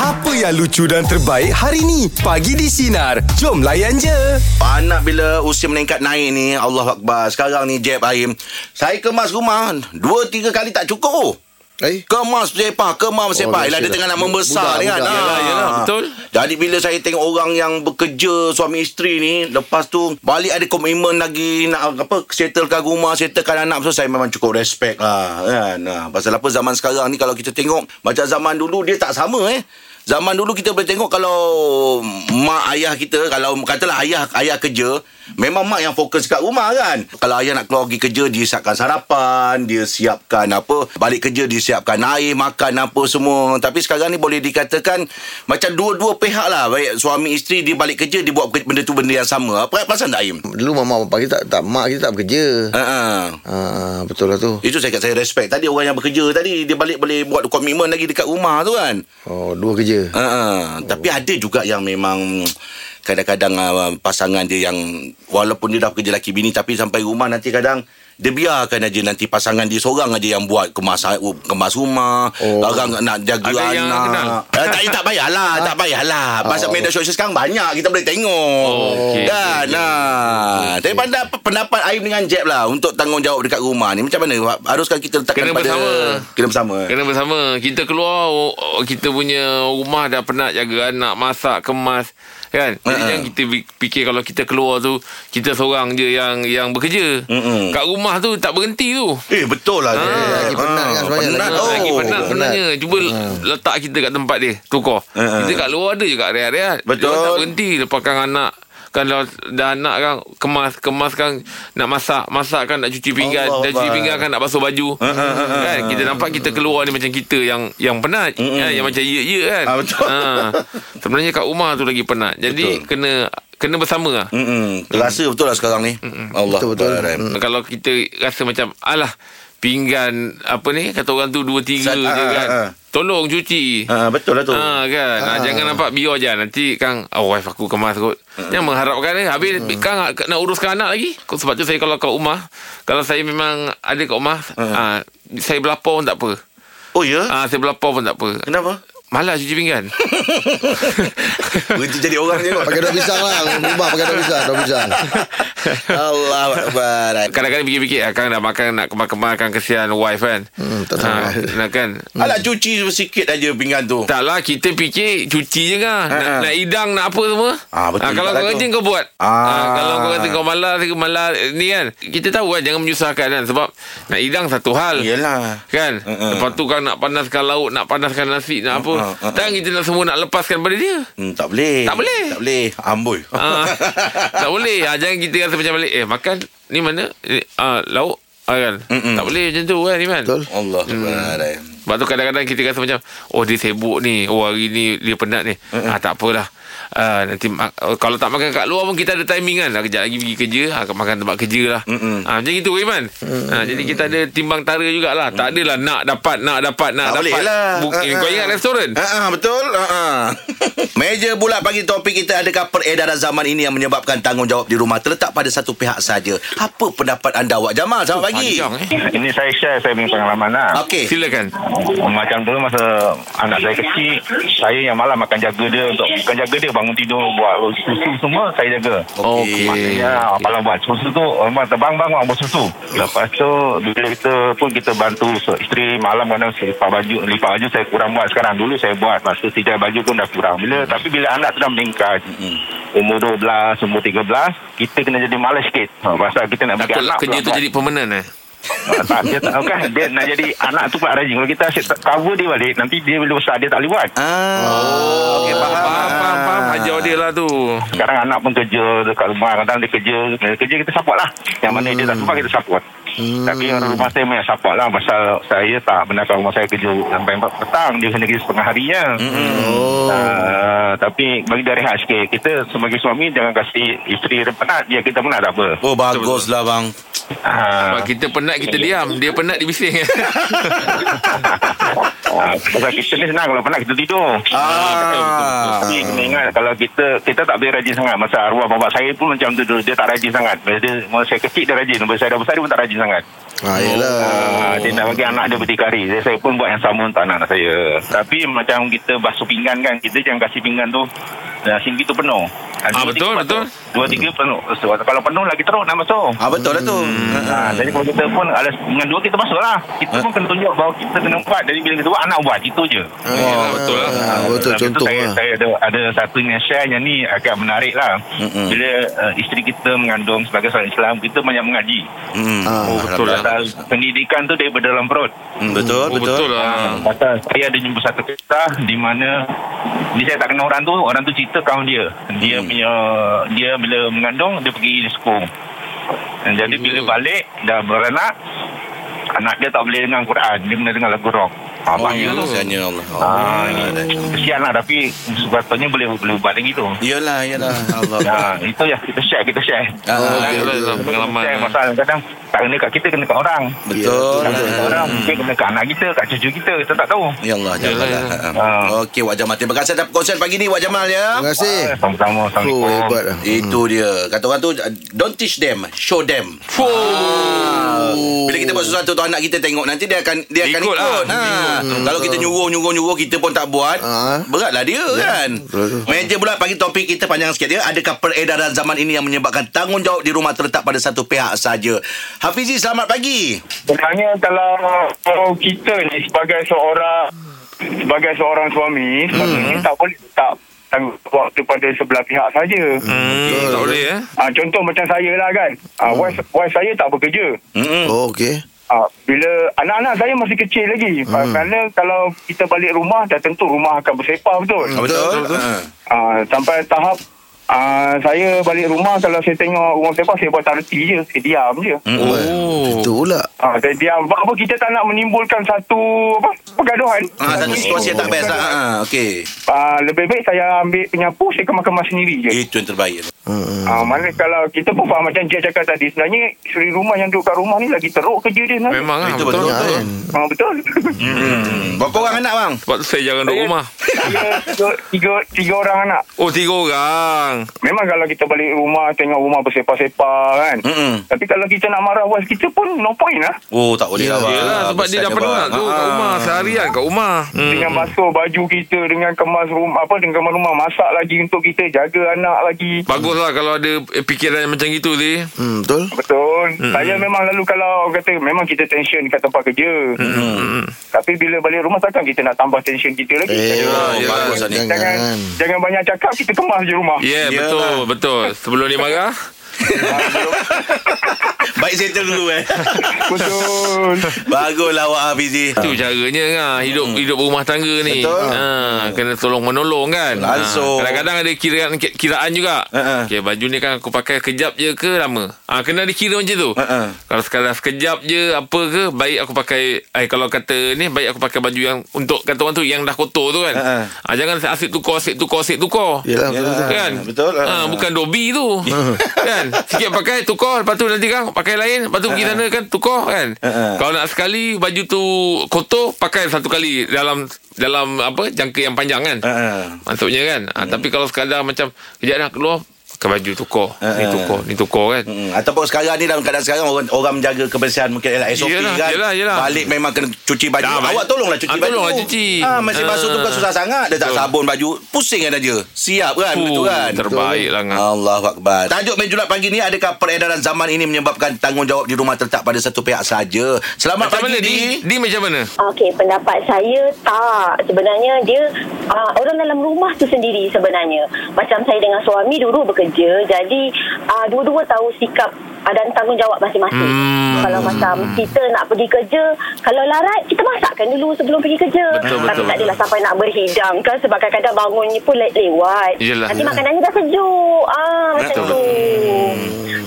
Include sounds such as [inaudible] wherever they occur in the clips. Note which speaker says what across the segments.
Speaker 1: Apa yang lucu dan terbaik hari ni? Pagi di Sinar. Jom layan je.
Speaker 2: Anak bila usia meningkat naik ni Allah Akbar Sekarang ni Jeb Aim Saya kemas rumah Dua tiga kali tak cukup
Speaker 3: Eh?
Speaker 2: Kemas sepah Kemas sepah oh, Yelah dia
Speaker 3: dahsyat.
Speaker 2: tengah nak membesar
Speaker 3: Budak,
Speaker 2: ni kan
Speaker 3: budak.
Speaker 2: Ah.
Speaker 4: Yelah, yelah, betul.
Speaker 2: Jadi bila saya tengok orang yang bekerja Suami isteri ni Lepas tu Balik ada komitmen lagi Nak apa Settlekan rumah Settlekan anak So saya memang cukup respect lah kan? Ah, Pasal apa zaman sekarang ni Kalau kita tengok Macam zaman dulu Dia tak sama eh Zaman dulu kita boleh tengok kalau mak ayah kita kalau katalah ayah ayah kerja memang mak yang fokus kat rumah kan. Kalau ayah nak keluar pergi kerja dia siapkan sarapan, dia siapkan apa, balik kerja dia siapkan air, makan apa semua. Tapi sekarang ni boleh dikatakan macam dua-dua pihak lah baik suami isteri dia balik kerja dia buat benda tu benda yang sama. Apa perasan tak Im?
Speaker 3: Dulu mama papa kita tak, tak mak kita tak bekerja.
Speaker 2: Ha uh-uh.
Speaker 3: Ah, betul lah tu.
Speaker 2: Itu saya kat saya respect. Tadi orang yang bekerja tadi dia balik boleh buat komitmen lagi dekat rumah tu kan.
Speaker 3: Oh, dua kerja.
Speaker 2: Uh, Tapi ada juga yang memang kadang-kadang uh, pasangan dia yang walaupun dia dah kerja laki bini tapi sampai rumah nanti kadang dia biarkan aja nanti pasangan dia seorang aja yang buat kemas kemas rumah, oh.
Speaker 3: Oh.
Speaker 2: barang nak jaga
Speaker 4: Ada yang
Speaker 2: anak.
Speaker 4: kenal?
Speaker 2: Eh, tak tak payahlah, tak payahlah. Pasal
Speaker 3: Oh.
Speaker 2: media sosial sekarang banyak kita boleh tengok.
Speaker 4: Oh, okey.
Speaker 2: Kan? Nah. Tapi pandai pendapat Aim dengan Jeb lah untuk tanggungjawab dekat rumah ni macam mana? Haruskah kita letakkan
Speaker 4: Kena
Speaker 2: pada
Speaker 4: bersama.
Speaker 2: Kena bersama.
Speaker 4: Kena bersama Kita keluar o- o- Kita punya rumah dah penat Jaga anak Masak Kemas Kan Jadi
Speaker 2: Mm-mm.
Speaker 4: jangan kita bi- fikir Kalau kita keluar tu Kita seorang je yang yang bekerja
Speaker 2: Mm-mm.
Speaker 4: Kat rumah tu Tak berhenti tu
Speaker 2: Eh betul lah. Jeb.
Speaker 4: Ah,
Speaker 3: lagi penat kan sebenarnya.
Speaker 2: Penat, Hmm.
Speaker 4: Ah,
Speaker 2: oh.
Speaker 4: Lagi penat sebenarnya Cuba letak kita kat tempat dia Tukar
Speaker 2: Mm-mm.
Speaker 4: Kita kat luar ada je kat area-area
Speaker 2: hmm. Betul.
Speaker 4: tak berhenti Lepaskan anak kalau dah anak kan kemas kemas kan nak masak masak kan nak cuci pinggan
Speaker 2: Allah
Speaker 4: dah cuci
Speaker 2: Akbar. Hmm,
Speaker 4: pinggan kan nak basuh baju kan kita nampak kita keluar ni macam kita yang yang penat kan yang macam ye ye kan
Speaker 2: Hmm, Ah, betul.
Speaker 4: sebenarnya kat rumah tu lagi penat jadi
Speaker 2: Betul. Hmm,
Speaker 4: kena kena bersama lah
Speaker 2: Mm-mm. Terasa betul lah sekarang ni. Allah.
Speaker 3: Betul-betul.
Speaker 2: Akbar.
Speaker 3: Mm.
Speaker 4: Hmm. Kalau kita rasa macam Alah Pinggan Apa ni Kata orang tu Dua tiga
Speaker 2: Sat-
Speaker 4: je
Speaker 2: ah, ah,
Speaker 4: kan
Speaker 2: ah.
Speaker 4: Tolong cuci
Speaker 2: Ah, betul lah tu.
Speaker 4: Ah kan ah. Jangan nampak biar je Nanti Kang Oh wife aku kemas kot Jangan mengharapkan ni Habis Kang nak- nak uruskan anak lagi Kau- Sebab tu saya kalau kat rumah Kalau saya memang Ada kat rumah ah, Saya berlapar pun tak apa
Speaker 2: Oh ya.
Speaker 4: ah, Saya berlapar pun tak apa [laughs]
Speaker 2: Kenapa?
Speaker 4: Malas cuci pinggan
Speaker 2: Berhenti jadi orang je.
Speaker 3: Pakai daun pisang lah. Rumah pakai daun pisang, daun pisang.
Speaker 2: [laughs] Allah Akbar.
Speaker 4: Kadang-kadang fikir-fikir ah, Kang dah makan Nak kemas-kemas Kang kesian wife kan
Speaker 3: Hmm, tak salah.
Speaker 4: nak kan
Speaker 2: Alah cuci sikit aja pinggan tu.
Speaker 4: Taklah Oh. lah, kita fikir cuci je kan. Nak,
Speaker 2: Ha, ha.
Speaker 4: nak hidang nak apa semua.
Speaker 2: Ah, betul juga
Speaker 4: Ah, kalau kau
Speaker 2: lah
Speaker 4: rajin
Speaker 2: tu.
Speaker 4: kau buat.
Speaker 2: Ah.
Speaker 4: Ah, kalau kau kata kau malas kau malas eh, ni kan. Kita tahu kan jangan menyusahkan kan sebab nak hidang satu hal.
Speaker 2: Yelah.
Speaker 4: Kan
Speaker 2: Ha, ha.
Speaker 4: Lepas tu kan nak panaskan lauk Nak panaskan nasi Nak apa
Speaker 2: ha, ha.
Speaker 4: Sekarang kita nak semua Nak lepaskan pada dia
Speaker 2: Hmm, tak boleh.
Speaker 4: Tak boleh.
Speaker 2: Tak boleh. Amboi. [laughs]
Speaker 4: ah, Tak boleh ah, Jangan kita rasa macam balik Eh makan Ni mana eh, ah, Lauk ah, kan?
Speaker 2: Mm-mm.
Speaker 4: Tak boleh macam tu kan Iman
Speaker 3: Betul.
Speaker 2: [laughs] Allah Akbar.
Speaker 4: Sebab tu kadang-kadang kita rasa macam Oh dia sibuk ni Oh hari ni dia penat ni uh-uh. ah, Tak apalah ah, Nanti ma- oh, Kalau tak makan kat luar pun Kita ada timing kan ah, Kejap lagi pergi kerja ah, Makan tempat kerja lah
Speaker 2: Mm-mm.
Speaker 4: ah, Macam gitu Iman ah, Jadi kita ada timbang tara jugalah Tak adalah nak dapat Nak dapat Nak
Speaker 2: Tak
Speaker 4: dapat
Speaker 2: boleh lah.
Speaker 4: Buk-
Speaker 2: Ha,
Speaker 4: eh,
Speaker 2: ha.
Speaker 4: Kau ingat restoran
Speaker 2: Ha ah, betul. Ha
Speaker 4: [laughs]
Speaker 2: ah. Meja bulat pagi topik kita adakah peredaran zaman ini yang menyebabkan tanggungjawab di rumah terletak pada satu pihak saja. Apa pendapat anda awak Jamal? Selamat pagi.
Speaker 4: Panjang eh
Speaker 5: Ini saya share saya punya pengalaman lah.
Speaker 2: Okey.
Speaker 4: Silakan
Speaker 5: Macam dulu masa anak saya kecil, saya yang malam akan jaga dia untuk bukan jaga dia bangun tidur buat susu semua saya jaga.
Speaker 2: Okey.
Speaker 4: Okey
Speaker 5: Ya, malam buat susu tu memang terbang bang buat susu. Lepas tu bila kita pun kita bantu so, isteri malam kadang saya lipat baju, lipat baju saya kurang buat sekarang. Dulu saya buat, lepas tu tiga baju pun dah kurang. Bila
Speaker 4: Hmm.
Speaker 5: tapi bila anak tu dah meningkat, umur 12, umur 13, kita kena jadi malas sikit. Ha, pasal kita nak bagi
Speaker 4: Takut
Speaker 5: anak
Speaker 4: lah kerja
Speaker 5: pula
Speaker 4: tu
Speaker 5: buat.
Speaker 4: jadi permanent eh
Speaker 5: Ah, tak, dia tak bukan dia nak jadi anak tu pak rajin kalau kita asyik tak cover dia balik nanti dia bila besar dia tak boleh buat
Speaker 2: Ah.
Speaker 4: Okey faham Faham faham, faham. Hajar dia lah tu
Speaker 5: sekarang anak pun kerja dekat rumah kadang dia kerja dia kerja kita support lah yang mana dia tak
Speaker 2: Hmm.
Speaker 5: support kita support tapi orang rumah saya memang support lah pasal saya tak benarkan rumah saya kerja sampai 4 petang dia kena kerja setengah hari ya
Speaker 2: Hmm.
Speaker 3: Oh.
Speaker 5: Ah, tapi bagi dia rehat sikit kita sebagai suami jangan kasi isteri dia penat dia kita penat tak apa
Speaker 2: Oh baguslah bang.
Speaker 5: Ah.
Speaker 4: [laughs]
Speaker 2: Ah.
Speaker 4: Sebab kita penat kita diam Dia penat dia bising
Speaker 5: [laughs] Ah, Pasal kita ni senang Kalau penat kita tidur
Speaker 2: Ah.
Speaker 5: Tapi kena ingat Kalau kita Kita tak boleh rajin sangat Masa arwah bapak saya pun Macam tu dulu Dia tak rajin sangat Masa, dia, masa saya kecil dia rajin Masa saya dah besar Dia pun tak rajin sangat
Speaker 3: Ha yalah.
Speaker 5: Ah, Dia nak bagi anak dia berdikari saya, saya pun buat yang sama Untuk anak-anak saya Tapi macam kita Basuh pinggan kan Kita jangan kasih pinggan tu Nah, singgi tu penuh
Speaker 4: Ah, betul, betul.
Speaker 5: Dua tiga penuh so, Kalau penuh lagi teruk nak masuk
Speaker 2: Ah betul lah tu.
Speaker 4: Hmm.
Speaker 5: Ha, jadi kalau kita pun ada dengan dua kita masuk lah.
Speaker 2: Ah.
Speaker 5: Kita pun kena tunjuk bahawa kita kena buat. Jadi bila kita buat anak buat itu je.
Speaker 4: Yelah, betul lah.
Speaker 3: Ah, Betul
Speaker 5: Lepas tu
Speaker 3: contoh
Speaker 5: saya,
Speaker 3: lah.
Speaker 5: saya ada ada satu yang share yang ni agak menarik lah.
Speaker 2: Mm-mm.
Speaker 5: Bila uh, isteri kita mengandung sebagai seorang Islam, kita banyak mengaji.
Speaker 2: Hmm.
Speaker 3: Ah,
Speaker 4: Oh, betul lah.
Speaker 5: Pasal pendidikan tu daripada dalam perut.
Speaker 2: Hmm, betul,
Speaker 4: Oh,
Speaker 2: betul. Ah.
Speaker 4: betul lah.
Speaker 5: Pasal saya ada jumpa satu kisah di mana ni saya tak kenal orang tu, orang tu cerita kawan dia. Dia punya dia bila mengandung dia pergi sekung. Dan Jadi bila balik dah beranak anak dia tak boleh dengar Quran, dia kena dengar lagu rock. Ah,
Speaker 2: Oh, ya
Speaker 5: banyak tu.
Speaker 2: kesiannya Allah.
Speaker 5: Ah,
Speaker 2: Allah.
Speaker 5: kesian lah tapi sepatutnya boleh boleh buat lagi tu.
Speaker 2: Yalah,
Speaker 4: [laughs]
Speaker 2: yalah.
Speaker 4: Ya.
Speaker 2: Allah.
Speaker 5: Nah, itu yang kita share, kita share.
Speaker 2: Ah,
Speaker 4: Yelah, yelah, lah, pengalaman. ya.
Speaker 5: Share pasal kadang tak kena kat kita, kena kat orang.
Speaker 2: Betul.
Speaker 5: Kadang kena kat orang, mungkin kena kat anak kita, kat cucu kita, kita tak tahu.
Speaker 2: Ya Allah, janganlah.
Speaker 4: Yalah,
Speaker 2: Ah, ah. Okey, Wak Jamal. Terima kasih atas perkongsian pagi ni, Wak Jamal ya.
Speaker 3: Terima kasih.
Speaker 5: Ah, Sama-sama. Assalamualaikum.
Speaker 3: Oh hebat lah.
Speaker 2: Itu dia. Kata orang tu, don't teach them, show them. Ah, Bila kita buat sesuatu tu anak kita tengok nanti dia akan dia akan
Speaker 4: Ikut
Speaker 2: ikut.
Speaker 4: lah.
Speaker 2: Ha. Kalau kita nyuruh nyuruh nyuruh kita pun tak buat,
Speaker 3: Ah. Ya,
Speaker 2: beratlah dia kan.
Speaker 3: betul.
Speaker 2: Meja pula pagi topik kita panjang sikit dia. Adakah peredaran zaman ini yang menyebabkan tanggungjawab di rumah terletak pada satu pihak saja? Hafizi selamat pagi.
Speaker 6: Sebenarnya kalau kalau kita ni sebagai seorang sebagai seorang suami sepatutnya tak boleh tak tanggungjawab tu pada sebelah pihak saja.
Speaker 4: Hmm, tak boleh eh.
Speaker 6: Ah contoh macam saya lah kan. Ah wife, wife saya tak bekerja.
Speaker 2: Hmm.
Speaker 3: Oh okey.
Speaker 6: Ah bila anak-anak saya masih kecil lagi.
Speaker 2: Hmm.
Speaker 6: Ah, kerana kalau kita balik rumah dah tentu rumah akan bersepah betul.
Speaker 2: Betul. Ah.
Speaker 6: Ah sampai tahap ah saya balik rumah kalau saya tengok rumah bersepah saya buat tarti je, saya diam je.
Speaker 2: Hmm.
Speaker 4: Oh.
Speaker 3: Itu pula.
Speaker 6: Ah saya diam sebab apa kita tak nak menimbulkan satu apa pergaduhan.
Speaker 2: Ah, satu situasi yang tak best lah. Ah, okey.
Speaker 6: Uh, lebih baik saya ambil penyapu saya kemas-kemas sendiri je.
Speaker 2: Itu yang terbaik.
Speaker 3: Hmm.
Speaker 6: Ah, mana kalau kita pun faham macam Jack cakap tadi sebenarnya isteri rumah yang duduk kat rumah ni lagi teruk kerja dia sebenarnya.
Speaker 4: Memang lah.
Speaker 2: Itu
Speaker 4: Betul.
Speaker 2: Ah, betul.
Speaker 3: Ya,
Speaker 4: betul.
Speaker 3: kan?
Speaker 6: Ah, betul.
Speaker 2: Hmm. Berapa orang anak bang?
Speaker 4: Sebab tu saya jangan duduk rumah.
Speaker 6: tiga, tiga, tiga, tiga orang anak.
Speaker 4: Oh, tiga orang.
Speaker 6: Memang kalau kita balik rumah tengok rumah bersepah-sepah kan.
Speaker 2: Mm-mm.
Speaker 6: Tapi kalau kita nak marah wife kita pun no point lah.
Speaker 2: Hmm, Oh tak boleh lah bang.
Speaker 4: Yelah, sebab dia dah
Speaker 2: Besarnya,
Speaker 4: penat
Speaker 2: bang.
Speaker 4: tu kat
Speaker 2: Ah.
Speaker 4: rumah. Seharian kat rumah. Hmm.
Speaker 6: Dengan basuh baju kita, dengan kemas rumah apa dengan kemas rumah, masak lagi untuk kita, jaga anak lagi.
Speaker 4: Baguslah kalau ada eh, fikiran yang macam itu ni.
Speaker 3: Hmm betul.
Speaker 6: Betul.
Speaker 4: Hmm,
Speaker 6: Mm-hmm. Saya memang lalu kalau kata memang kita tension kat tempat kerja.
Speaker 4: Hmm,
Speaker 6: Mm-hmm. Tapi bila balik rumah takkan kita nak tambah tension kita lagi.
Speaker 3: Eh,
Speaker 2: Oh,
Speaker 4: yelah.
Speaker 2: bagus lah ni.
Speaker 3: Jangan.
Speaker 6: jangan jangan banyak cakap kita kemas je rumah.
Speaker 4: Ya, yeah,
Speaker 2: Yelah.
Speaker 4: betul, betul. Sebelum dia marah.
Speaker 2: Baik settle dulu eh.
Speaker 4: [laughs]
Speaker 6: Betul.
Speaker 2: [laughs] Baguslah awak Hafizi.
Speaker 4: Itu caranya kan hidup hidup berumah tangga
Speaker 2: Ah.
Speaker 4: ni.
Speaker 2: Hmm. Betul.
Speaker 4: Ha, kena tolong menolong kan. Ha,
Speaker 2: Langsung.
Speaker 4: kadang-kadang ada kiraan ki- kiraan juga.
Speaker 2: Ha, ha.
Speaker 4: Okey, baju ni kan aku pakai kejap je ke lama. Ah ha, kena dikira macam tu.
Speaker 2: Ha, ha.
Speaker 4: Kalau sekadar sekejap je apa ke baik aku pakai eh kalau kata ni baik aku pakai baju yang untuk kata orang tu yang dah kotor tu kan.
Speaker 2: Ha, ha.
Speaker 4: ha, jangan asyik tukar asyik tukar asyik tukar.
Speaker 3: Yalah betul.
Speaker 2: Yalah.
Speaker 3: betul.
Speaker 4: kan
Speaker 2: betul.
Speaker 4: ha,
Speaker 2: Ah.
Speaker 4: bukan dobi
Speaker 2: [laughs]
Speaker 4: tu kan sikit pakai tukar lepas tu nanti kan pakai lain lepas tu pergi sana kan tukar kan
Speaker 2: Ah.
Speaker 4: kalau nak sekali baju tu kotor pakai satu kali dalam dalam apa jangka yang panjang kan
Speaker 2: Ah, ah.
Speaker 4: maksudnya kan ha,
Speaker 2: Hmm.
Speaker 4: tapi kalau sekadar macam kejap nak keluar pakai baju tukar ni
Speaker 2: Ah.
Speaker 4: tukar ni tukar kan
Speaker 2: Hmm, ataupun sekarang ni dalam keadaan sekarang orang orang menjaga kebersihan mungkin ialah SOP
Speaker 4: Yelah,
Speaker 2: kan.
Speaker 4: yelah, yelah.
Speaker 2: Balik memang kena cuci baju.
Speaker 4: Dah,
Speaker 2: Awak
Speaker 4: baik.
Speaker 2: tolonglah cuci
Speaker 4: Ah,
Speaker 2: baju.
Speaker 4: tolonglah cuci.
Speaker 2: Ah masih
Speaker 4: Ah.
Speaker 2: basuh tu bukan susah sangat. Dia tak
Speaker 4: Betul.
Speaker 2: sabun baju. Pusing kan aja. Siap kan
Speaker 4: Fuh,
Speaker 2: begitu kan.
Speaker 4: terbaik lah ngam.
Speaker 2: Allah Akbar. Tajuk menjulat pagi ni adakah peredaran zaman ini menyebabkan tanggungjawab di rumah terletak pada satu pihak saja. Selamat pagi
Speaker 4: macam mana
Speaker 2: ni.
Speaker 4: di di macam mana
Speaker 7: Okey, pendapat saya tak. Sebenarnya dia uh, orang dalam rumah tu sendiri sebenarnya. Macam saya dengan suami dulu bekerja, jadi uh, dua-dua tahu sikap uh, dan tanggungjawab masing-masing.
Speaker 4: Hmm.
Speaker 7: Kalau macam kita nak pergi kerja, kalau larat kita masakkan dulu sebelum pergi kerja.
Speaker 4: Betul,
Speaker 7: Tapi
Speaker 4: betul,
Speaker 7: tak
Speaker 4: betul.
Speaker 7: adalah sampai nak berhidang kan sebab kadang-kadang bangunnya pun le- lewat.
Speaker 4: Yelah.
Speaker 7: Nanti
Speaker 4: Yelah.
Speaker 7: makanannya dah sejuk. Ah macam
Speaker 4: Betul,
Speaker 7: tu.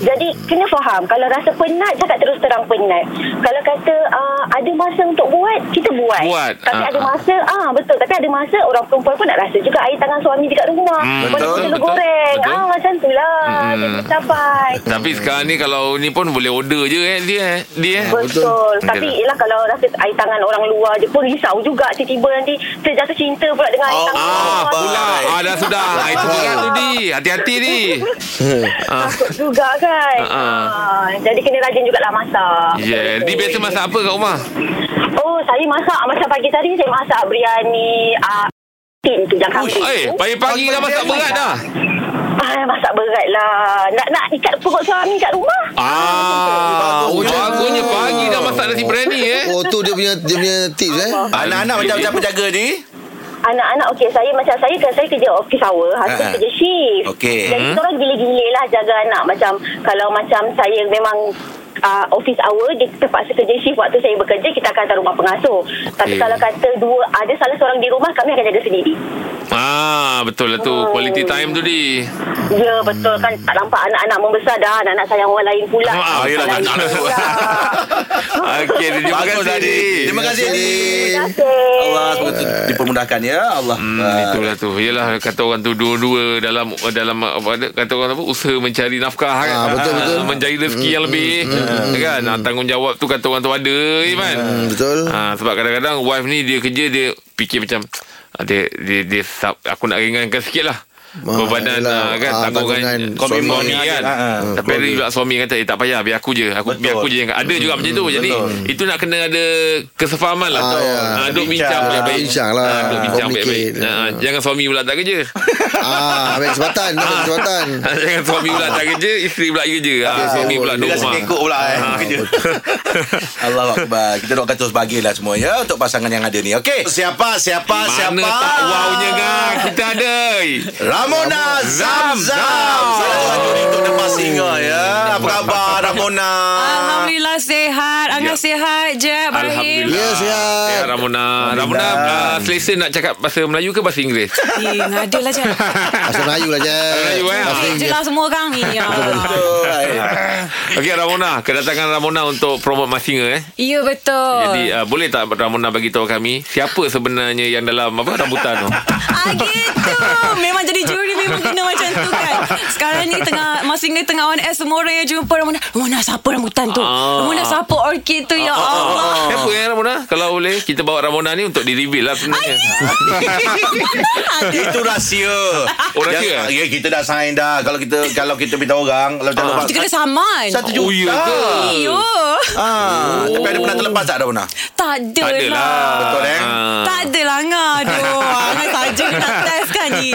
Speaker 7: Jadi kena faham kalau rasa penat cakap terus terang penat. Kalau kata uh, ada masa untuk buat, kita buat.
Speaker 4: Buat.
Speaker 7: Tapi
Speaker 4: Ah,
Speaker 7: ada
Speaker 4: ah.
Speaker 7: masa ah betul tapi ada masa orang perempuan pun nak rasa juga air tangan suami dekat rumah.
Speaker 4: Hmm,
Speaker 7: Boleh
Speaker 2: betul,
Speaker 7: telur
Speaker 4: betul,
Speaker 7: goreng.
Speaker 4: betul.
Speaker 7: Ah macam tulah.
Speaker 4: Hmm.
Speaker 7: Hmm. Jadi capai.
Speaker 4: Tapi
Speaker 2: Hmm.
Speaker 4: sekarang ni kalau ni pun boleh order je eh dia eh. Dia eh.
Speaker 3: betul.
Speaker 7: Betul. betul. Tapi
Speaker 4: Okey.
Speaker 7: ialah kalau rasa air tangan orang luar je pun risau juga tiba-tiba nanti terjatuh cinta pula dengan air
Speaker 2: Oh,
Speaker 7: tangan.
Speaker 2: ah,
Speaker 7: orang luar.
Speaker 4: Pula ah, dah
Speaker 7: [laughs]
Speaker 4: sudah. Ah, itu kan tu di. Hati-hati ni. Ah.
Speaker 7: Takut juga kan.
Speaker 4: Ah, ah.
Speaker 7: Ah, jadi kena rajin jugalah masak.
Speaker 4: Yeah, di Ya, biasa masak apa kat rumah?
Speaker 7: Oh, saya masak macam pagi tadi saya masak biryani ah tin tu jangan
Speaker 4: Ush, eh,
Speaker 7: kambing.
Speaker 4: pagi-pagi dah masak berat dah.
Speaker 7: Ah, masak berat lah. Nak nak ikat perut suami kat rumah.
Speaker 4: Ah, oh,
Speaker 3: Bagusnya.
Speaker 4: bagusnya pagi dah masak nasi biryani eh.
Speaker 3: Oh tu dia punya dia punya tips eh.
Speaker 2: Anak-anak macam macam penjaga ni.
Speaker 7: Anak-anak okey saya macam saya kan saya kerja office hour, husband
Speaker 2: Ah.
Speaker 7: kerja shift.
Speaker 2: Okey.
Speaker 7: Jadi kita orang gila-gila lah jaga anak macam kalau macam saya memang Uh, office hour dia terpaksa kerja shift waktu saya bekerja kita akan hantar rumah pengasuh tapi
Speaker 4: Okey.
Speaker 7: kalau kata dua ada salah seorang di rumah kami akan jaga sendiri
Speaker 4: Ah, betul lah tu. Quality time tu di.
Speaker 7: Ya betul kan tak nampak anak-anak membesar dah anak-anak sayang orang lain pula.
Speaker 4: Ah, yelah, tak nak. Okey, Di, terima
Speaker 2: Bagus,
Speaker 3: lah,
Speaker 4: kasih.
Speaker 2: Adi.
Speaker 4: Di.
Speaker 2: Terima kasih Adi.
Speaker 7: Terima kasih.
Speaker 2: Allah semoga dipermudahkan ya Allah.
Speaker 4: Hmm, itulah tu. Yalah kata orang tu dua-dua dalam dalam apa ada- kata orang apa usaha mencari nafkah kan.
Speaker 3: Ah, betul,
Speaker 4: Ah,
Speaker 3: betul. Mm,
Speaker 4: Mencari rezeki yang lebih kan. Ah, tanggungjawab tu kata orang tu ada kan.
Speaker 3: Hmm, mm, betul.
Speaker 4: Ah, sebab kadang-kadang wife ni dia kerja dia fikir macam ah, dia dia, dia sub, aku nak ringankan sikit lah.
Speaker 3: Ah,
Speaker 4: Bebanan
Speaker 3: yelah.
Speaker 4: ah, kan
Speaker 3: Ah, tanggungan
Speaker 4: tanggungan
Speaker 2: suami.
Speaker 4: suami kan.
Speaker 2: Ah, ah.
Speaker 4: Tapi ada juga suami kata eh tak payah biar aku je. Aku
Speaker 2: Betul.
Speaker 4: biar aku je yang ada juga macam tu. Jadi itu nak kena ada kesefahaman lah.
Speaker 3: Ah,
Speaker 4: tu.
Speaker 3: ya.
Speaker 4: Ah, duk bincang
Speaker 2: Bincang.
Speaker 4: baik-baik.
Speaker 3: Bincang lah.
Speaker 4: Ah, duk bincang baik-baik.
Speaker 3: Communicate.
Speaker 4: Ah, jangan suami pula tak kerja. Ah,
Speaker 3: Ah, ambil kesempatan, ambil
Speaker 4: [laughs]
Speaker 3: kesempatan.
Speaker 4: jangan suami pula tak kerja, isteri pula kerja. Ah, suami pula
Speaker 2: Dia
Speaker 4: duk
Speaker 2: rasa
Speaker 4: rumah.
Speaker 2: kekok pula eh. [laughs] Kerja. Allah Akbar. Kita doakan terus bahagialah semua ya untuk pasangan yang ada ni. Okey.
Speaker 3: Siapa siapa
Speaker 4: Mana tak wownya kan Kita ada
Speaker 2: Ramona Zam Zam. Salah satu untuk lepas singa ya. Apa khabar Ramona?
Speaker 8: Alhamdulillah sihat. Angah
Speaker 4: Ya.
Speaker 8: sihat je. Bahim.
Speaker 4: Alhamdulillah
Speaker 3: Ya, sihat.
Speaker 4: Ya Ramona Ramona uh, Selesa nak cakap Bahasa Melayu ke bahasa
Speaker 2: [laughs]
Speaker 4: Inggeris
Speaker 8: Eh, ngada lah je.
Speaker 3: Asal Melayu lah je.
Speaker 4: Melayu, eh?
Speaker 3: Bahasa
Speaker 8: Je
Speaker 3: Inggeris.
Speaker 8: lah semua orang ni. Ya.
Speaker 2: eh.
Speaker 4: Okey Ramona Kedatangan Ramona Untuk promote Masinga eh
Speaker 8: Ya betul.
Speaker 4: Jadi uh, boleh tak Ramona bagi tahu kami siapa sebenarnya yang dalam apa
Speaker 2: [laughs]
Speaker 4: rambutan tu?
Speaker 8: Ah gitu Memang jadi juri Memang kena macam tu kan Sekarang ni tengah Masing ni tengah on air Semua orang yang jumpa Ramona Ramona siapa rambutan tu
Speaker 4: Ah.
Speaker 8: Ramona siapa orchid tu Ya Allah
Speaker 2: Oh.
Speaker 4: Siapa eh Ramona? Kalau boleh kita bawa Ramona ni untuk di reveal lah sebenarnya.
Speaker 2: Itu rahsia.
Speaker 4: Oh, rahsia,
Speaker 2: Yang- Ya kita dah sign dah. Kalau kita kalau kita beritahu orang, kalau kita lepas
Speaker 8: Kita kena saman
Speaker 2: satu
Speaker 4: Oh, ya
Speaker 2: juta.
Speaker 4: ke?
Speaker 8: Yo
Speaker 2: Ah, tapi ada pernah terlepas tak Ramona?
Speaker 8: Tak ada
Speaker 4: Tak
Speaker 8: lah
Speaker 4: adalah.
Speaker 2: Betul, eh?
Speaker 4: Ah.
Speaker 8: Tak ada lah Angah Aduh [laughs] Angah saja ni nak test kan ni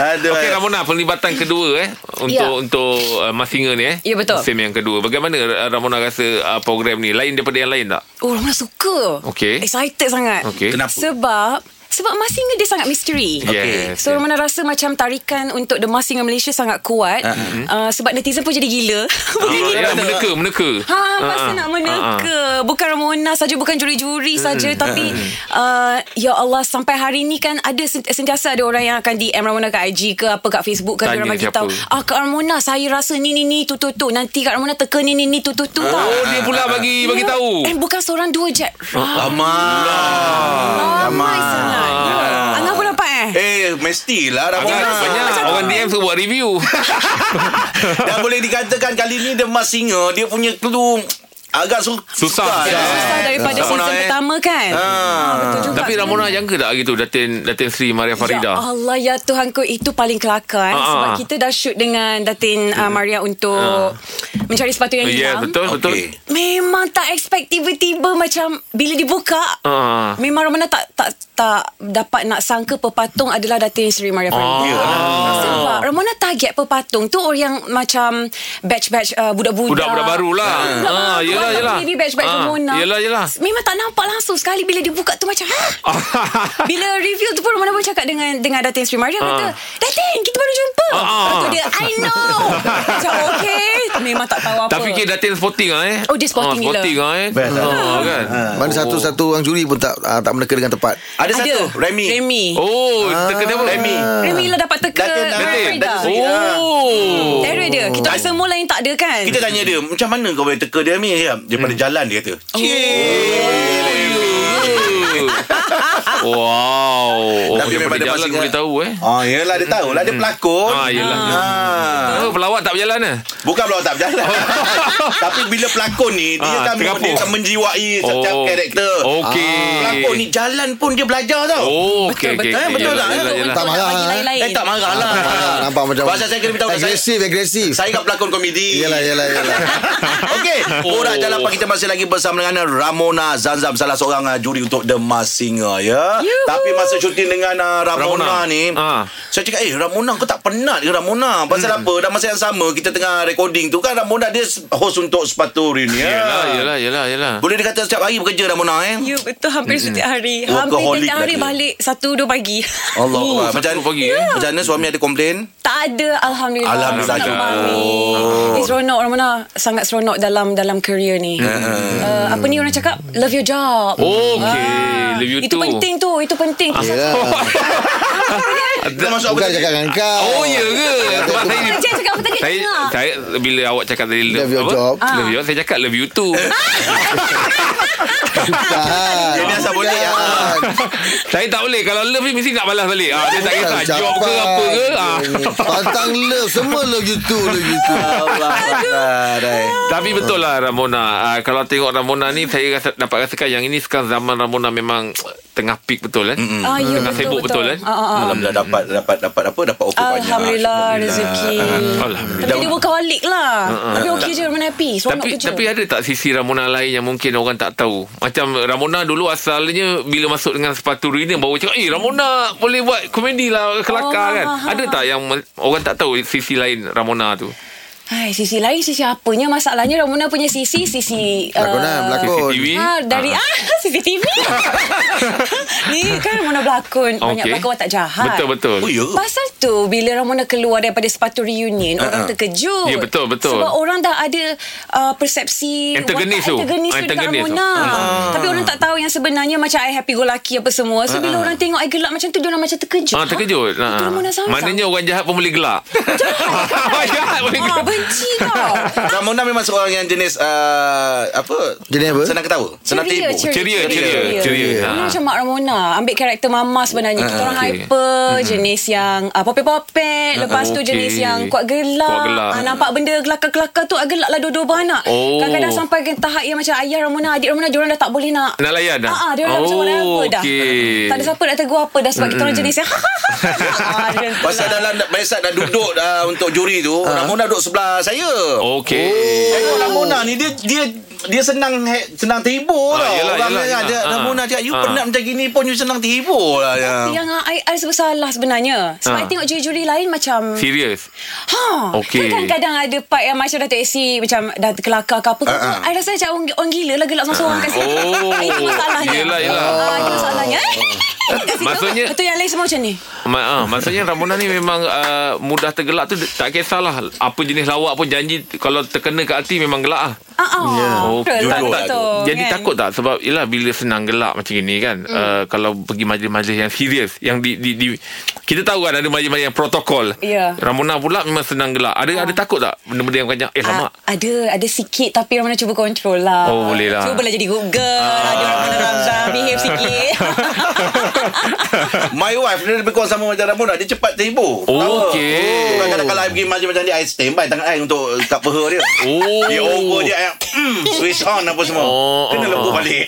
Speaker 2: Ada.
Speaker 4: Okey Ramona penlibatan kedua eh untuk
Speaker 8: Ya.
Speaker 4: untuk uh, Masinga ni eh.
Speaker 8: Ya, betul.
Speaker 4: Musim yang kedua. Bagaimana uh, Ramona rasa uh, program ni lain daripada yang lain tak?
Speaker 8: Oh Ramona suka
Speaker 4: Okey.
Speaker 8: Excited sangat
Speaker 4: Okey.
Speaker 2: Kenapa?
Speaker 8: Sebab Sebab Masinga dia sangat misteri
Speaker 4: Yes.
Speaker 8: So Ramona rasa macam tarikan untuk The Masinga Malaysia sangat kuat uh, Sebab netizen pun jadi gila [laughs] Bukan
Speaker 4: Ah,
Speaker 8: gila
Speaker 4: ya, meneka, meneka. ah.
Speaker 8: Ha, pasal nak meneka. Bukan Ramona saja, bukan juri-juri
Speaker 4: Hmm.
Speaker 8: saja. Tapi, uh, ya Allah, sampai hari ni kan ada sent- sentiasa ada orang yang akan DM Ramona kat IG ke apa kat Facebook kan.
Speaker 4: Tanya
Speaker 8: Orang bagi
Speaker 4: siapa?
Speaker 8: tahu, ah, Kak Ramona, saya rasa ni, ni, ni, tu, tu, tu. Nanti Kak Ramona teka ni, ni, ni, tu, tu, tu. tau.
Speaker 4: Oh dia pula bagi bagi
Speaker 8: Ya,
Speaker 4: tahu.
Speaker 8: And bukan seorang dua je.
Speaker 2: Ramai.
Speaker 8: Ah.
Speaker 2: Ah.
Speaker 8: Ramai sangat. Ya. Angah pun dapat eh?
Speaker 2: Eh, mestilah Ramona.
Speaker 4: Agak banyak
Speaker 8: macam
Speaker 4: orang
Speaker 8: tu.
Speaker 4: DM suruh buat
Speaker 8: [laughs]
Speaker 4: review.
Speaker 2: Dan boleh dikatakan kali ni The Mas Singer dia punya clue agak su-
Speaker 4: Susah.
Speaker 8: Susah daripada
Speaker 2: Ramona,
Speaker 8: season
Speaker 2: eh.
Speaker 8: pertama kan. Ah, betul juga.
Speaker 4: Tapi Ramona jangka tak hari tu Datin, Datin Sri Maria
Speaker 8: Ya
Speaker 4: Farida
Speaker 8: Allah ya Tuhanku itu paling kelakar eh?
Speaker 4: Ah,
Speaker 8: sebab
Speaker 4: ah.
Speaker 8: kita dah shoot dengan Datin uh, Maria untuk mencari sepatu
Speaker 4: Ya
Speaker 8: yang
Speaker 4: yeah,
Speaker 8: hilang.
Speaker 4: betul betul
Speaker 2: Okey.
Speaker 8: Memang tak expect tiba-tiba macam bila dibuka
Speaker 4: Ah.
Speaker 8: memang Ramona tak tak tak dapat nak sangka pepatung adalah Datin Sri Maria Farida.
Speaker 4: Ah.
Speaker 8: Sebab Ramona target pepatung tu orang yang macam batch-batch uh, budak-budak.
Speaker 4: Budak-budak baru lah.
Speaker 8: Budak-budak
Speaker 4: Ah,
Speaker 8: baru,
Speaker 4: yelah,
Speaker 8: orang
Speaker 4: yelah.
Speaker 8: Baby batch-batch
Speaker 4: Ah,
Speaker 8: Ramona.
Speaker 4: yelah, yelah.
Speaker 8: Memang tak nampak langsung sekali bila dibuka tu macam ha? Bila review tu pun Ramona pun cakap dengan dengan Datin Sri Maria
Speaker 4: Ah.
Speaker 8: kata, "Datin, kita baru jumpa." Ah,
Speaker 4: Ah, ah.
Speaker 8: Lepas tu dia I know [laughs] Macam okay Memang tak tahu apa
Speaker 4: Tapi kita Datin sporting lah eh
Speaker 8: Oh, dia sporting
Speaker 4: Ah, Sporting lah eh
Speaker 2: Best lah.
Speaker 4: Ah, kan
Speaker 3: Mana satu-satu orang juri pun tak ah, tak meneka dengan tepat.
Speaker 2: Ada satu Remy
Speaker 8: Remy
Speaker 4: Oh
Speaker 2: Ah.
Speaker 4: Tekan apa
Speaker 2: Remy
Speaker 8: Remy lah dapat teka
Speaker 2: Datin,
Speaker 4: Datin
Speaker 8: Datin dah.
Speaker 2: Datin.
Speaker 4: Oh
Speaker 8: Terror dia Kita orang semua lain tak ada kan
Speaker 2: Kita tanya dia Macam mana kau boleh teka dia ni Dia pada
Speaker 4: Hmm.
Speaker 2: jalan dia kata
Speaker 4: [laughs]
Speaker 8: Oh.
Speaker 4: Wow Oh,
Speaker 2: Tapi
Speaker 4: Tapi
Speaker 2: memang
Speaker 4: memang
Speaker 2: ada
Speaker 4: jalan
Speaker 2: masing-
Speaker 4: boleh tahu eh
Speaker 2: Ah, yelah dia tahu lah Dia pelakon
Speaker 4: Ah, yelah.
Speaker 2: Ah.
Speaker 4: Kenapa pelawat tak berjalan eh
Speaker 2: Bukan pelawat tak berjalan
Speaker 4: [laughs]
Speaker 2: Tapi bila pelakon ni Dia
Speaker 4: Ah,
Speaker 2: kan
Speaker 4: terkapur.
Speaker 2: Dia akan menjiwai Setiap
Speaker 4: Oh.
Speaker 2: karakter
Speaker 4: Okey.
Speaker 2: Ah, Pelakon ni jalan pun dia belajar tau
Speaker 4: Oh okay,
Speaker 8: Betul,
Speaker 2: betul.
Speaker 4: okay, okay.
Speaker 8: lah.
Speaker 2: Eh, betul tak, eh?
Speaker 4: Yelah, yelah.
Speaker 3: Tak marah,
Speaker 8: bagi
Speaker 3: eh.
Speaker 8: lain-lain
Speaker 2: Eh tak marah lah
Speaker 4: Ah.
Speaker 3: Nampak macam
Speaker 2: Pasal saya kena beritahu kat saya,
Speaker 3: agresif,
Speaker 4: [laughs]
Speaker 3: agresif.
Speaker 2: [laughs] saya kan pelakon komedi
Speaker 3: Yalah, yalah, yalah.
Speaker 2: [laughs] Okey, oh.
Speaker 4: Oh.
Speaker 2: Borak Jalan Pagi kita masih lagi bersama dengan Ramona Zanzam salah seorang uh, juri untuk The Mask Singer ya. Yuhu. Tapi masa syuting dengan uh, Ramona, Ramona
Speaker 4: Ramona.
Speaker 2: ni, ha.
Speaker 4: Ah.
Speaker 2: saya cakap, "Eh Ramona kau tak penat ke Ramona? Pasal hmm. apa? Dalam masa yang sama kita tengah recording tu kan Ramona dia host untuk Sepatu Rin ya.
Speaker 4: Yelah Yelah Yelah Yelah
Speaker 8: Ah.
Speaker 2: Boleh dikata setiap hari bekerja Ramona eh?
Speaker 8: You Ya, betul hampir setiap hari Hampir
Speaker 2: Workaholic
Speaker 8: setiap hari
Speaker 2: lagi.
Speaker 8: balik Satu dua pagi
Speaker 2: Allah
Speaker 4: Oh,
Speaker 2: oh, macam
Speaker 4: satu pagi, eh?
Speaker 2: Macam mana suami ada komplain?
Speaker 8: Tak ada Alhamdulillah
Speaker 2: Alhamdulillah.
Speaker 8: Senang memahami.
Speaker 4: Oh.
Speaker 8: Eh, Seronok Ramona Sangat seronok dalam dalam career ni uh, Apa ni orang cakap Love your job
Speaker 4: Eh,
Speaker 8: Ah.
Speaker 4: Oh, okay. Love you
Speaker 8: Itu
Speaker 4: too. Ah.
Speaker 8: penting tu Itu penting
Speaker 3: Yalah.
Speaker 2: Kita masuk
Speaker 3: Bukan
Speaker 2: apa
Speaker 3: cakap dengan kau.
Speaker 4: Oh ya ke Sebab saya
Speaker 8: Apa je cakap apa tadi
Speaker 4: saya,
Speaker 8: Dengar.
Speaker 4: saya bila awak cakap tadi
Speaker 3: Love your job.
Speaker 8: Ah.
Speaker 4: Love your Saya cakap love you
Speaker 8: [laughs]
Speaker 4: too
Speaker 3: Bukan.
Speaker 2: Dia biasa boleh, ah.
Speaker 3: Bukan.
Speaker 4: Saya tak boleh Kalau love ni mesti nak balas balik ah, Dia tak kisah
Speaker 3: Bukan
Speaker 4: Job ke
Speaker 3: ucapan.
Speaker 4: apa ke ah. Ya
Speaker 3: Pantang love Semua love you too Love you too
Speaker 2: Allah Allah
Speaker 4: [laughs] Tapi betul lah Ramona ah, Kalau tengok Ramona ni Saya rasa, dapat rasakan Yang ini sekarang zaman Ramona memang Tengah peak betul eh mm
Speaker 8: Ah, ya,
Speaker 4: Tengah sibuk betul, eh
Speaker 8: Ah, ah, ah.
Speaker 2: Alhamdulillah dapat dapat dapat apa dapat offer banyak.
Speaker 8: Alhamdulillah rezeki
Speaker 4: Alhamdulillah. Ah,
Speaker 8: Tapi dia workaholic lah Tapi okey je Ramona happy Seronok
Speaker 4: Tapi
Speaker 8: kerja
Speaker 4: tapi ada tak sisi Ramona lain yang mungkin orang tak tahu? Macam Ramona dulu asalnya bila masuk dengan sepatu Rina baru cakap, "Eh Ramona boleh buat komedi lah kelakar oh,
Speaker 8: Oh,
Speaker 4: kan."
Speaker 8: ha, ha,
Speaker 4: Ada
Speaker 8: ha.
Speaker 4: tak yang ma- orang tak tahu sisi lain Ramona tu?
Speaker 8: Hai, sisi lain sisi apanya Masalahnya Ramona punya sisi Sisi uh,
Speaker 3: Lakonan Lakon
Speaker 4: CCTV.
Speaker 8: Ah, dari ah, [laughs]
Speaker 4: [laughs]
Speaker 8: CCTV Ni kan Ramona berlakon Banyak
Speaker 4: Okey.
Speaker 8: berlakon orang tak jahat
Speaker 4: Betul betul. Ah,
Speaker 2: Oh ya. ke?
Speaker 8: Pasal tu Bila Ramona keluar Daripada sepatu reunion Orang terkejut
Speaker 4: Ya, betul, betul.
Speaker 8: Sebab orang dah ada uh, Persepsi
Speaker 4: Antagonis
Speaker 8: watak
Speaker 4: tu.
Speaker 8: Antagonis tu dekat
Speaker 4: Antagonis tu. Ah.
Speaker 8: Ramona Tapi orang tak tahu Yang sebenarnya Macam I happy go lucky Apa semua So bila orang tengok I gelap macam tu Dia orang macam terkejut
Speaker 4: Ah terkejut.
Speaker 8: ha? Itu
Speaker 4: Ha.
Speaker 8: Ramona Zamzam
Speaker 4: Maknanya orang jahat pun boleh gelak. [laughs] jahat boleh
Speaker 8: Ah,
Speaker 4: gelak.
Speaker 8: benci tau
Speaker 4: [laughs]
Speaker 2: Ramona memang seorang yang jenis uh, apa?
Speaker 3: Jenis apa?
Speaker 2: Senang ketawa, senang
Speaker 8: Ceria,
Speaker 2: tipu.
Speaker 4: Ceria, ceria,
Speaker 8: ceria.
Speaker 4: ceria.
Speaker 8: Ramona
Speaker 4: Ha. Ah,
Speaker 8: macam Mak Ramona Ambil karakter mama sebenarnya Kita
Speaker 4: okey. Hmm.
Speaker 8: orang
Speaker 4: Ah,
Speaker 8: hyper Jenis yang uh, Popek-popek Lepas tu
Speaker 4: okey.
Speaker 8: jenis yang Kuat gelak,
Speaker 4: Kuat gelak.
Speaker 8: Ah, Nampak benda gelakar-gelakar tu ah, Gelak lah dua-dua beranak
Speaker 4: Oh.
Speaker 8: Kadang-kadang sampai ke tahap yang Macam ayah Ramona Adik Ramona Diorang dah tak boleh nak
Speaker 4: Nak layan dah?
Speaker 8: Ah, ah, Diorang dah macam
Speaker 4: Oh,
Speaker 8: whatever dah
Speaker 4: okey. Hmm.
Speaker 8: Tak ada siapa nak tegur apa dah Sebab kita orang jenis yang [laughs] ha, Ah, macam tu
Speaker 2: Pasal
Speaker 8: lah.
Speaker 2: dalam Maisat dah duduk dah untuk juri tu,
Speaker 3: Ah.
Speaker 2: Ramona duduk sebelah saya.
Speaker 4: Okey.
Speaker 2: Tengok Ramona ni dia dia dia senang he- senang terhibur
Speaker 4: Ah,
Speaker 2: tau.
Speaker 4: yelah,
Speaker 2: Orang
Speaker 4: yelah,
Speaker 2: dia,
Speaker 4: yelah.
Speaker 2: dia,
Speaker 4: Ah.
Speaker 2: Ramona cakap you
Speaker 4: Ah.
Speaker 2: penat macam gini pun you senang terhibur lah. Ya.
Speaker 8: yang ah, I, I bersalah sebenarnya Sebab
Speaker 4: Ah.
Speaker 8: I tengok juri-juri lain macam
Speaker 4: Serius.
Speaker 8: Ha,
Speaker 4: Okey.
Speaker 8: kan kadang-kadang ada part yang macam Dato' Eksi macam dah terkelakar ke apa ke.
Speaker 2: Ah, ah.
Speaker 8: I rasa macam orang, orang gila lah gelak seorang-seorang kat sini.
Speaker 4: Oh.
Speaker 8: Itu masalahnya.
Speaker 4: Yelah, yelah. Oh.
Speaker 8: Ah, itu masalahnya. [laughs] Kat situ.
Speaker 4: Maksudnya-
Speaker 8: Betul yang lain semua macam ni.
Speaker 4: Ma- ah, maksudnya Ramona ni memang uh, mudah tergelak tu tak kisahlah apa jenis lawak pun janji kalau terkena kat hati memang gelak ah.
Speaker 8: Ah, ah.
Speaker 4: Oh,
Speaker 8: Betul,
Speaker 4: tak,
Speaker 8: betul,
Speaker 4: tak,
Speaker 8: betul,
Speaker 4: jadi
Speaker 8: kan? Hmm.
Speaker 4: takut tak sebab ialah bila senang gelak macam ini kan mm. uh, kalau pergi majlis-majlis yang serius yang di, di, di kita tahu kan ada majlis-majlis yang protokol
Speaker 8: Ya.
Speaker 4: Ramona pula memang senang gelak ada ada takut tak benda-benda yang macam eh lama
Speaker 8: Ah, ada ada sikit tapi Ramona cuba kontrol lah.
Speaker 4: Oh, boleh lah. Ah.
Speaker 8: Cubalah jadi good girl. Ada Ramona Ramzan behave
Speaker 4: [laughs]
Speaker 8: sikit.
Speaker 2: My wife dia lebih kurang sama macam Ramona, dia cepat terhibur. Tahu.
Speaker 4: Okey.
Speaker 2: Kadang-kadang kalau I pergi majlis macam ni I standby tangan I untuk kat peha dia.
Speaker 4: Oh.
Speaker 2: Dia over dia I, mm, switch on apa semua.
Speaker 4: Oh,
Speaker 2: Kena
Speaker 4: oh,
Speaker 2: lembu
Speaker 4: oh.
Speaker 2: [laughs] balik.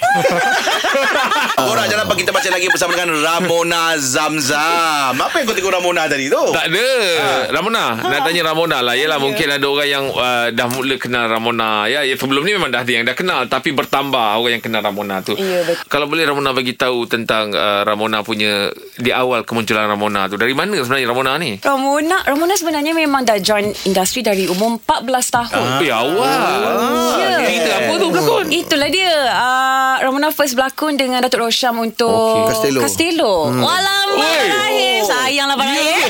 Speaker 2: Orang jalan pagi kita baca lagi bersama dengan Ramona Zamzam. Apa yang kau tengok Ramona tadi tu?
Speaker 4: Tak ada Ramona
Speaker 8: Ah.
Speaker 4: Nak tanya Ramona lah
Speaker 8: Ya.
Speaker 4: Yelah mungkin ada orang yang uh, Dah mula kenal Ramona Ya, ya sebelum ni memang dah ada yang dah kenal Tapi bertambah orang yang kenal Ramona tu
Speaker 8: Ya, betul.
Speaker 4: Kalau boleh Ramona bagi tahu Tentang uh, Ramona punya Di awal kemunculan Ramona tu Dari mana sebenarnya Ramona ni?
Speaker 8: Ramona Ramona sebenarnya memang dah join industri dari umur 14 tahun.
Speaker 4: Oh, eh awal
Speaker 8: Ya.
Speaker 4: Ah, Dia cerita apa tu berlakon?
Speaker 8: Itulah dia uh, Ramona first berlakon Dengan Datuk Rosham Untuk
Speaker 3: Okey. Castello.
Speaker 8: Castello hmm. Walau
Speaker 4: Oi. Oh. Ya. [laughs]
Speaker 8: Rahim Sayanglah Pak Rahim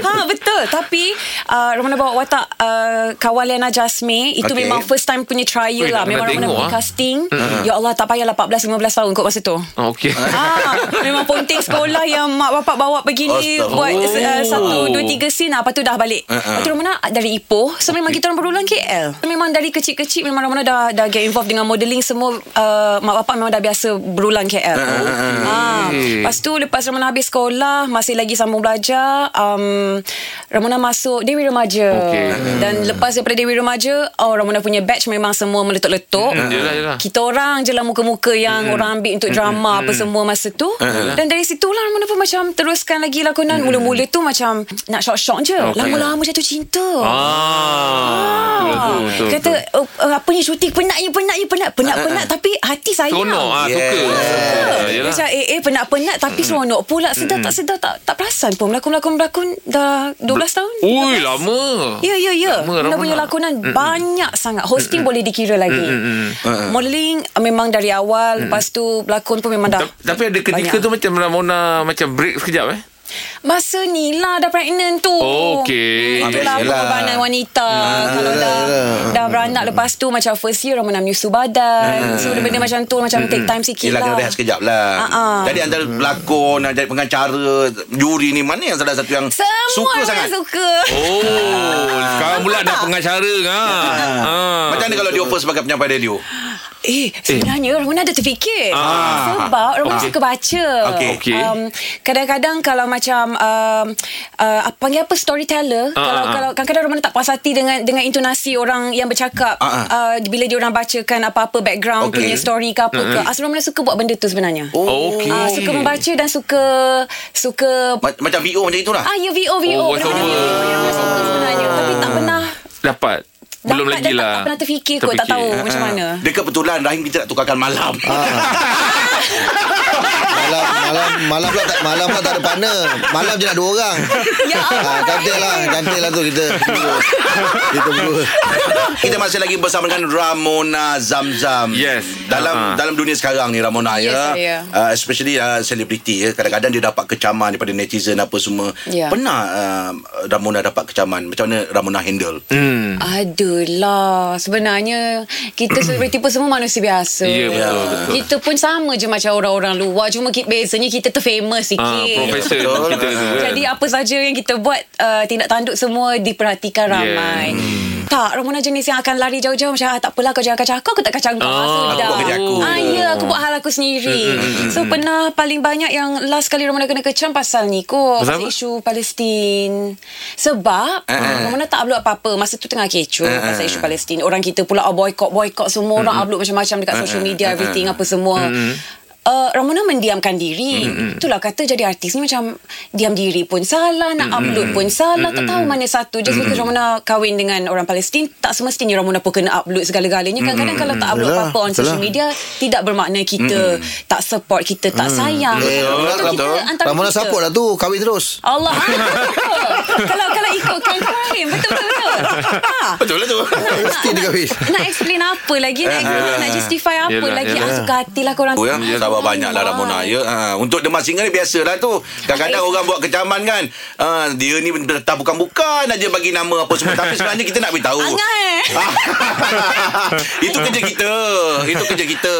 Speaker 8: ha betul tapi uh, Romana bawa watak uh, kawan Liana Jasmine itu
Speaker 2: Okey.
Speaker 8: okay. memang first time punya
Speaker 4: Weh,
Speaker 8: trial lah
Speaker 4: nak
Speaker 8: memang
Speaker 4: kena
Speaker 8: Romana
Speaker 4: tengok,
Speaker 8: pergi
Speaker 4: ah.
Speaker 8: casting ya Allah tak payahlah 14 15 tahun kot masa tu
Speaker 4: Oh, okey. [laughs]
Speaker 8: Ah, memang ponting sekolah yang mak bapak bawa pergi ni
Speaker 2: Astaga.
Speaker 8: buat uh,
Speaker 4: Oh.
Speaker 8: satu dua tiga scene lah, lepas tu dah balik.
Speaker 2: Uh-uh.
Speaker 8: Uh-uh. Lepas tu Romana dari Ipoh. So memang kita orang berulang KL. Memang dari kecil-kecil memang Romana dah dah get involved dengan modeling semua uh, mak bapak memang dah biasa berulang KL. Uh-uh. Ah, lepas tu lepas Romana habis sekolah masih lagi sambung belajar um, Romana masuk Dewi Remaja.
Speaker 4: Okey.
Speaker 8: Dan lepas daripada Dewi Remaja, oh Romana punya batch memang semua meletup-letup.
Speaker 4: Hmm, yelah, yelah.
Speaker 8: Kita orang je lah muka-muka yang
Speaker 4: Hmm.
Speaker 8: orang ambil untuk drama apa semua masa tu.
Speaker 4: Ha.
Speaker 8: Dan dari situlah Ramona pun macam teruskan lagi
Speaker 4: Hmm.
Speaker 8: lakonan. Mula-mula tu macam nak syok-syok je.
Speaker 4: Okay.
Speaker 8: Lama-lama jatuh cinta.
Speaker 4: Ah. Betul, betul, betul, Ha,
Speaker 8: Kata "Oh, uh, apa ni syuting penatnya penatnya penat penat-penat tapi hati sayang.
Speaker 4: Seronok ah
Speaker 2: Yeah.
Speaker 4: suka. Ah,
Speaker 8: Dia
Speaker 4: Yalah. Hmm.
Speaker 8: Macam eh eh penat-penat tapi seronok pula sedar tak sedar tak tak perasan pun melakon-lakon-lakon dah 12 tahun.
Speaker 4: Ui
Speaker 8: 13.
Speaker 4: lama.
Speaker 8: Ya, ya, ya.
Speaker 4: Lama, lah.
Speaker 8: Bunda
Speaker 4: lama
Speaker 8: punya
Speaker 4: nak.
Speaker 8: lakonan banyak sangat. Hosting boleh dikira lagi.
Speaker 2: Ha,
Speaker 8: Modeling eh, memang dari awal. Lepas tu berlakon pun memang dah.
Speaker 4: Ta- Tapi ada ketika
Speaker 8: banyak.
Speaker 4: tu macam Ramona macam break sekejap eh.
Speaker 8: Masa Nila dah pregnant tu. Hmm,
Speaker 4: Oh, okey.
Speaker 2: Habis,
Speaker 8: Itulah
Speaker 2: yelah.
Speaker 8: pengorbanan wanita.
Speaker 2: Ha,
Speaker 8: Kalau dah dah beranak lepas tu macam first year Ramona menyusu badan. So benda-benda macam tu macam take time
Speaker 2: Ha,
Speaker 8: sikit
Speaker 2: Yelah kena
Speaker 8: lah.
Speaker 2: rehat sekejap lah
Speaker 8: Ah-ah.
Speaker 2: Jadi antara pelakon Jadi pengacara Juri ni Mana yang salah satu yang
Speaker 8: Semua
Speaker 2: Suka
Speaker 8: orang
Speaker 2: sangat
Speaker 8: suka.
Speaker 4: Oh, sekarang pula dah pengacara kan. Ah.
Speaker 2: Macam mana kalau dia offer sebagai penyampai radio
Speaker 8: Eh, sebenarnya eh. Ramona ada terfikir.
Speaker 4: Ah.
Speaker 8: Sebab Ramona
Speaker 4: Okey.
Speaker 8: suka baca.
Speaker 2: Okey.
Speaker 4: Okey.
Speaker 8: Um, kadang-kadang kalau macam um, uh, apa- panggil apa storyteller,
Speaker 4: Ah,
Speaker 8: kalau
Speaker 4: ah, ah.
Speaker 8: kalau kadang-kadang Ramona tak puas hati dengan dengan intonasi orang yang bercakap
Speaker 2: Ah, ah.
Speaker 8: uh, bila dia orang bacakan apa-apa background
Speaker 2: Okey.
Speaker 8: punya story ke apa ke. Ah, so Ramona suka buat benda tu sebenarnya.
Speaker 4: Okey.
Speaker 8: Ah, suka membaca dan suka suka
Speaker 2: Ma- Macam VO macam itulah
Speaker 8: ah ya VO VO.
Speaker 4: Oh,
Speaker 8: Ramona
Speaker 4: voiceover.
Speaker 8: VO yang Ramona suka sebenarnya. Tapi tak pernah
Speaker 4: Dapat. Belum
Speaker 8: dapat
Speaker 4: lagi
Speaker 8: dan
Speaker 4: lah. Ah,
Speaker 8: Tak pernah terfikir kot, tak tahu macam mana. Ah.
Speaker 2: Dia kebetulan Rahim kita nak tukarkan malam
Speaker 3: Malam malam malam pula tak malam pula tak ada partner. Malam je nak dua orang.
Speaker 8: Ya Allah.
Speaker 3: Ha, cantik lah, cantik lah tu kita. Kita berdua.
Speaker 2: Kita masih lagi bersama dengan Ramona Zamzam.
Speaker 4: Yes.
Speaker 2: Dalam
Speaker 4: Ha.
Speaker 2: dalam dunia sekarang ni Ramona
Speaker 8: Yes,
Speaker 2: ya.
Speaker 8: saya.
Speaker 2: Uh, especially uh, selebriti ya. Kadang-kadang dia dapat kecaman daripada netizen apa semua.
Speaker 8: Ya.
Speaker 2: Pernah uh, Ramona dapat kecaman? Macam mana Ramona handle?
Speaker 4: Hmm.
Speaker 8: Adalah Sebenarnya
Speaker 4: [clears throat]
Speaker 8: Kita selebriti pun semua manusia biasa
Speaker 4: Ya, betul, betul.
Speaker 8: Kita pun sama je macam orang-orang luar Cuma ki- bezanya kita terfamous sikit
Speaker 4: Ah, profesor
Speaker 2: Betul.
Speaker 4: kita tu kan.
Speaker 8: Jadi apa saja yang kita buat uh, Tindak tanduk semua diperhatikan
Speaker 2: Ya.
Speaker 8: ramai
Speaker 2: Hmm.
Speaker 8: Tak, Ramona jenis yang akan lari jauh-jauh Macam ah, tak apalah kau jangan kacau aku Aku tak kacau kau
Speaker 4: Ah,
Speaker 8: Sudah.
Speaker 2: aku buat kerja aku. Hmm,
Speaker 8: ah, Ya, aku buat hal aku sendiri So pernah paling banyak yang Last kali Ramona kena kecam pasal ni kot
Speaker 4: Pasal
Speaker 8: Pasal
Speaker 4: apa?
Speaker 8: isu Palestin Sebab
Speaker 2: Ah,
Speaker 8: Ramona tak upload apa-apa Masa tu tengah kecoh Pasal isu Palestin Orang kita pula oh, boycott Boycott
Speaker 2: Hmm,
Speaker 8: semua orang upload macam-macam
Speaker 2: Ah,
Speaker 8: Dekat social media everything Apa semua Uh, Ramona mendiamkan diri Itulah kata jadi artis ni macam Diam diri pun salah Nak upload pun salah Tak tahu mana satu Just because Ramona kahwin dengan orang Palestin Tak semestinya Ramona pun kena upload segala-galanya Kadang-kadang kalau tak upload
Speaker 3: Yalah,
Speaker 8: apa-apa on
Speaker 3: betul. lah.
Speaker 8: social media Tidak bermakna kita Tak support kita Tak sayang Itu kita antara
Speaker 3: Mm-hmm. Ramona
Speaker 8: kita.
Speaker 3: support lah tu, kahwin terus.
Speaker 8: Allah ah, Kalau kalau ikutkan crime Betul betul betul
Speaker 3: [laughs]
Speaker 8: ha.
Speaker 2: Betul lah tu.
Speaker 3: Mesti dia kahwin.
Speaker 8: Nak explain apa lagi Nak, explain, nak justify apa
Speaker 4: Yelah,
Speaker 8: lagi
Speaker 4: yelah.
Speaker 8: ah, Suka hatilah korang
Speaker 2: Oh, ya, sabar banyak lah Ramona ya. Ha, untuk demam singa ni biasalah tu. Kadang-kadang orang buat kecaman kan. Uh, dia ni tak bukan-bukan aja bagi nama apa semua. Tapi sebenarnya kita nak beritahu.
Speaker 8: Angai
Speaker 2: [laughs] Itu kerja kita. Itu kerja kita.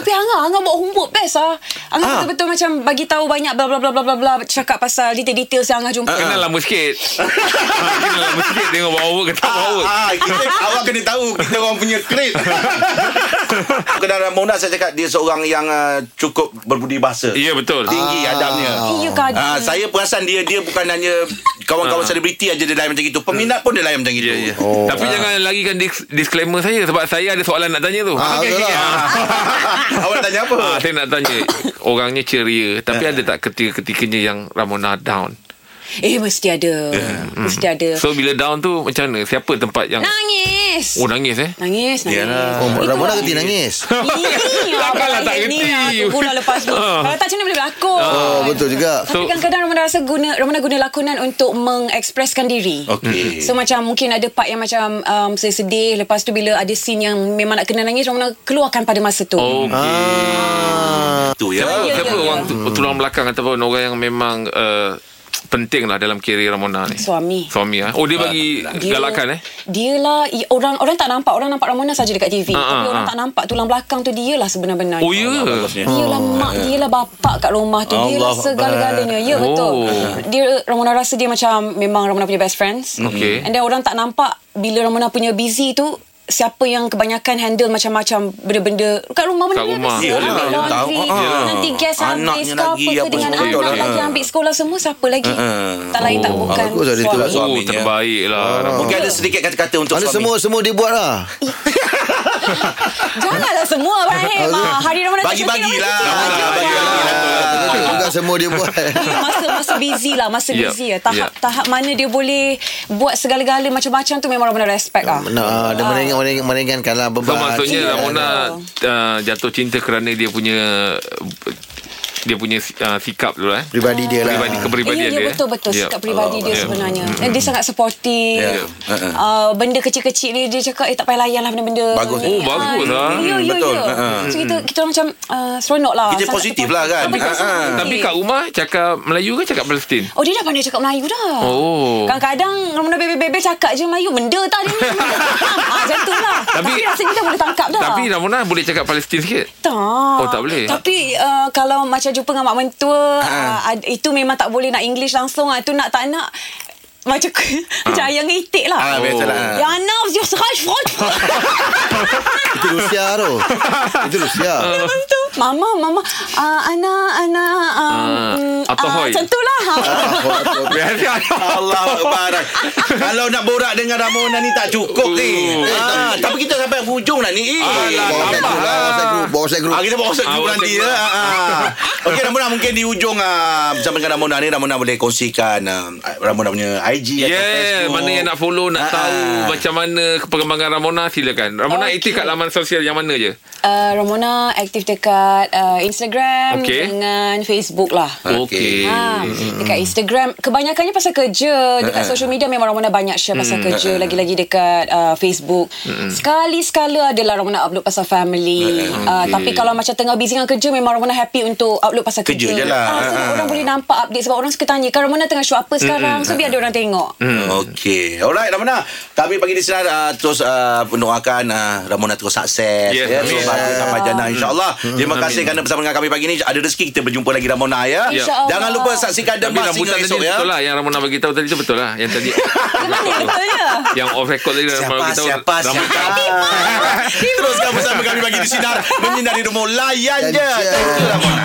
Speaker 8: Tapi Angah Angah buat homework best ah. Angah
Speaker 2: Ah.
Speaker 8: betul-betul macam Bagi tahu banyak bla bla bla bla bla bla Cakap pasal detail-detail Yang Angah jumpa
Speaker 4: Kenal lama sikit. Ah, Kenal lama sikit tengok bawa ke tak bawa.
Speaker 2: Ah, ah, kita awak kena tahu kita orang punya kredit. Kedalam Mona saya cakap dia seorang yang uh, cukup berbudi bahasa.
Speaker 4: Ya betul.
Speaker 2: Tinggi adabnya.
Speaker 8: Iya kadang
Speaker 2: Ah, saya perasan dia dia bukan hanya kawan-kawan selebriti aja dia lain macam itu. Peminat pun dia lain macam itu.
Speaker 4: Ya, ya. Oh. Tapi jangan lagikan dis- disclaimer saya sebab saya ada soalan nak tanya tu.
Speaker 3: Ah,
Speaker 4: Okey,
Speaker 3: betul
Speaker 4: okey, [laughs]
Speaker 3: lah.
Speaker 4: okey.
Speaker 2: awak tanya apa?
Speaker 4: Ah, saya nak tanya Orangnya ceria Tapi ada tak ketika-ketikanya Yang Ramona down
Speaker 8: Eh mesti ada Mesti ada
Speaker 4: So bila down tu Macam mana Siapa tempat yang
Speaker 8: Nangis
Speaker 4: Oh nangis eh
Speaker 8: Nangis Nangis
Speaker 2: Yalah.
Speaker 3: Oh,
Speaker 8: Itulah.
Speaker 3: Ramona keti nangis.
Speaker 4: [laughs]
Speaker 8: Ini
Speaker 4: Takkanlah lah, tak
Speaker 8: Ini
Speaker 4: kerti.
Speaker 8: aku pula lepas tu
Speaker 4: [laughs] Ah.
Speaker 8: Kalau tak macam mana boleh berlakon Ah,
Speaker 3: Oh, betul juga.
Speaker 8: Tapi
Speaker 4: So-
Speaker 8: kadang-kadang Ramona rasa guna Ramona guna lakonan untuk mengekspreskan diri.
Speaker 2: Okey.
Speaker 8: So macam mungkin ada part yang macam um, saya sedih lepas tu bila ada scene yang memang nak kena nangis Ramona keluarkan pada masa tu.
Speaker 4: Oh
Speaker 2: Itu ya.
Speaker 4: Siapa
Speaker 8: ya, ya.
Speaker 2: Ah,
Speaker 4: orang tu, tulang belakang Ataupun orang yang memang uh, penting lah dalam kiri Ramona ni?
Speaker 8: Suami.
Speaker 4: Suami ah. Oh dia bagi galakan eh.
Speaker 8: Dia lah i- orang orang tak nampak, orang nampak Ramona saja dekat TV.
Speaker 4: Ah,
Speaker 8: Tapi
Speaker 4: ah,
Speaker 8: orang
Speaker 4: ah.
Speaker 8: tak nampak tulang belakang tu dia lah sebenar-benar.
Speaker 4: Oh ya.
Speaker 2: Bagusnya.
Speaker 8: Dia lah mak, dia lah bapak kat rumah tu. Dia lah
Speaker 2: Allah
Speaker 8: segala-galanya. Ya
Speaker 4: Oh.
Speaker 8: betul. Dia Ramona rasa dia macam memang Ramona punya best friends.
Speaker 4: Okay.
Speaker 8: And then orang tak nampak bila Ramona punya busy tu siapa yang kebanyakan handle macam-macam benda-benda kat rumah
Speaker 4: Kat
Speaker 8: benda-benda
Speaker 4: rumah.
Speaker 8: biasa.
Speaker 2: Yelah,
Speaker 8: ambil
Speaker 2: yang tahu.
Speaker 8: laundry
Speaker 2: Ah, ah.
Speaker 8: nanti gas habis
Speaker 2: Anaknya
Speaker 8: ke apa
Speaker 2: lagi,
Speaker 8: ke
Speaker 2: apa
Speaker 8: dengan
Speaker 2: semua.
Speaker 8: anak
Speaker 4: Betul lah.
Speaker 8: lagi ambil sekolah semua siapa lagi
Speaker 2: Mm-mm.
Speaker 8: tak lain tak
Speaker 4: Oh.
Speaker 8: bukan
Speaker 3: Bagus lah dia tu.
Speaker 8: suami.
Speaker 4: Oh
Speaker 2: Suaminya.
Speaker 4: terbaik lah Ramona.
Speaker 2: Mungkin ada sedikit kata-kata untuk
Speaker 3: Mana
Speaker 2: suami.
Speaker 3: semua semua dia buat lah
Speaker 8: Janganlah semua Ibrahim Ah, Hari Ramadan tak cuti,
Speaker 2: Bagi-bagilah.
Speaker 8: Ramadan tak cuti.
Speaker 2: Bagi-bagilah.
Speaker 3: lah.
Speaker 4: Ya.
Speaker 3: Dia juga semua dia
Speaker 4: [laughs]
Speaker 3: buat
Speaker 8: Ini masa masa busy lah masa
Speaker 4: Yep.
Speaker 8: busy lah tahap
Speaker 4: Yep.
Speaker 8: tahap mana dia boleh buat segala-gala macam-macam tu memang Ramadan respect lah
Speaker 3: Nah, dia meringan, meringan, meringankan lah
Speaker 4: So
Speaker 3: beban.
Speaker 4: maksudnya
Speaker 8: Iya,
Speaker 4: Ramona uh, jatuh cinta kerana dia punya dia punya uh, sikap dulu eh.
Speaker 3: Pribadi dia lah.
Speaker 4: Peribadi kepribadian
Speaker 8: ya, ya,
Speaker 4: dia.
Speaker 8: betul betul
Speaker 4: Ya.
Speaker 8: sikap peribadi dia
Speaker 4: Ya.
Speaker 8: sebenarnya. Dan dia sangat supportive.
Speaker 2: Ya. Ha-ha.
Speaker 8: Uh, benda kecil-kecil ni dia cakap eh tak payah layan lah benda-benda.
Speaker 2: Bagus. eh.
Speaker 4: Oh, bagus lah.
Speaker 8: Ya ya
Speaker 2: Betul.
Speaker 8: ya.
Speaker 2: Ha-ha.
Speaker 8: So kita kita orang macam uh, seronok lah.
Speaker 2: Kita
Speaker 8: Sangat
Speaker 2: positif
Speaker 8: supportive.
Speaker 2: lah kan?
Speaker 8: Ah, betul,
Speaker 2: Ha-ha.
Speaker 8: sangat positif.
Speaker 4: Tapi kat rumah cakap Melayu ke cakap Palestin?
Speaker 8: Oh dia dah pandai cakap Melayu dah
Speaker 4: Oh.
Speaker 8: Kadang-kadang Ramona bebel-bebel cakap je Melayu Benda tak dia
Speaker 4: [laughs]
Speaker 8: ni ha, Macam tu lah Tapi,
Speaker 4: Tapi-
Speaker 8: rasanya dah boleh tangkap dah
Speaker 4: Tapi Ramona boleh cakap Palestin sikit.
Speaker 8: tak.
Speaker 4: Oh, tak boleh? Ha.
Speaker 8: Tapi uh, kalau macam jumpa dengan mak mentua, uh, ad- itu memang tak boleh nak English langsung. ah. Itu nak tak nak macam
Speaker 4: [laughs]
Speaker 8: macam ayam dengan itik lah.
Speaker 2: Ah, biasalah.
Speaker 8: Ya Ana, you seraj
Speaker 4: [laughs]
Speaker 8: frot.
Speaker 3: Itu Rusia [laughs] tu. Itu Rusia.
Speaker 8: Lepas tu, mama, mama, uh, Ana, Ana, um,
Speaker 4: Ah,
Speaker 8: mm,
Speaker 4: Atohoy.
Speaker 8: ah, macam tu
Speaker 4: [laughs]
Speaker 8: lah.
Speaker 4: Biasa.
Speaker 2: Allah [laughs] Akbar Kalau nak borak dengan Ramona ni tak cukup ni
Speaker 4: Uh.
Speaker 2: ah, Tapi kita sampai hujung lah ni
Speaker 4: Alah,
Speaker 3: Bawa
Speaker 2: Alah,
Speaker 3: WhatsApp group lah. WhatsApp group.
Speaker 2: Ah,
Speaker 3: Bawa WhatsApp group.
Speaker 2: kita bawa WhatsApp
Speaker 4: Ah,
Speaker 2: group
Speaker 4: WhatsApp
Speaker 2: nanti
Speaker 4: group.
Speaker 2: ya. Ah, ah. Okey Ramona mungkin di ujung ah, bersama dengan Ramona ni Ramona boleh kongsikan ah, Ramona punya IG atau
Speaker 4: Yeah,
Speaker 2: Facebook.
Speaker 4: Ya, mana yang nak follow, nak
Speaker 2: Ah,
Speaker 4: tahu
Speaker 2: ah.
Speaker 4: macam mana perkembangan Ramona silakan. Ramona
Speaker 8: Okey.
Speaker 4: aktif kat laman sosial yang mana je?
Speaker 8: Uh, Ramona aktif dekat uh, Instagram
Speaker 4: Okey.
Speaker 8: dengan Facebook lah.
Speaker 4: Okey.
Speaker 2: Mm,
Speaker 8: Ha, dekat Instagram Kebanyakannya pasal kerja
Speaker 2: Eh,
Speaker 8: Dekat social media Memang Ramona banyak share Pasal
Speaker 2: Mm,
Speaker 8: kerja Lagi-lagi dekat uh, Facebook Sekali-sekala Adalah Ramona upload Pasal
Speaker 2: Eh,
Speaker 8: family uh, Tapi kalau macam Tengah busy dengan kerja Memang Ramona happy Untuk upload pasal
Speaker 2: Kerja
Speaker 8: kerja
Speaker 2: je lah.
Speaker 8: Ah, Sebab
Speaker 2: Ah. Mm,
Speaker 8: orang boleh nampak update Sebab orang suka tanya Kan Ramona tengah shoot apa sekarang So biar ada orang tengok
Speaker 2: Hmm. Okey. Alright Ramona. Kami pagi di sinar uh, terus uh, mendoakan uh, Ramona terus sukses
Speaker 4: Yes,
Speaker 2: ya.
Speaker 4: amin.
Speaker 2: Terus bagus sampai jannah insya-Allah. Terima kasih kerana bersama dengan kami pagi ni ada rezeki kita berjumpa lagi Ramona ya.
Speaker 8: Ya.
Speaker 2: Jangan lupa saksikan
Speaker 4: Tapi
Speaker 2: Demas
Speaker 4: rambutan
Speaker 2: hingga
Speaker 4: tadi
Speaker 2: esok ya.
Speaker 4: betul lah Yang Ramona bagi tahu tadi tu betul lah Yang tadi
Speaker 8: Mana betulnya
Speaker 4: Yang off record tadi Ramona
Speaker 2: Siapa
Speaker 4: bagi tahu
Speaker 2: siapa siapa.
Speaker 4: rambutan.
Speaker 2: Ah. [laughs] Teruskan bersama kami pagi di sinar menyinari rumah layan je.
Speaker 3: Dan je.
Speaker 2: Thank you Ramona.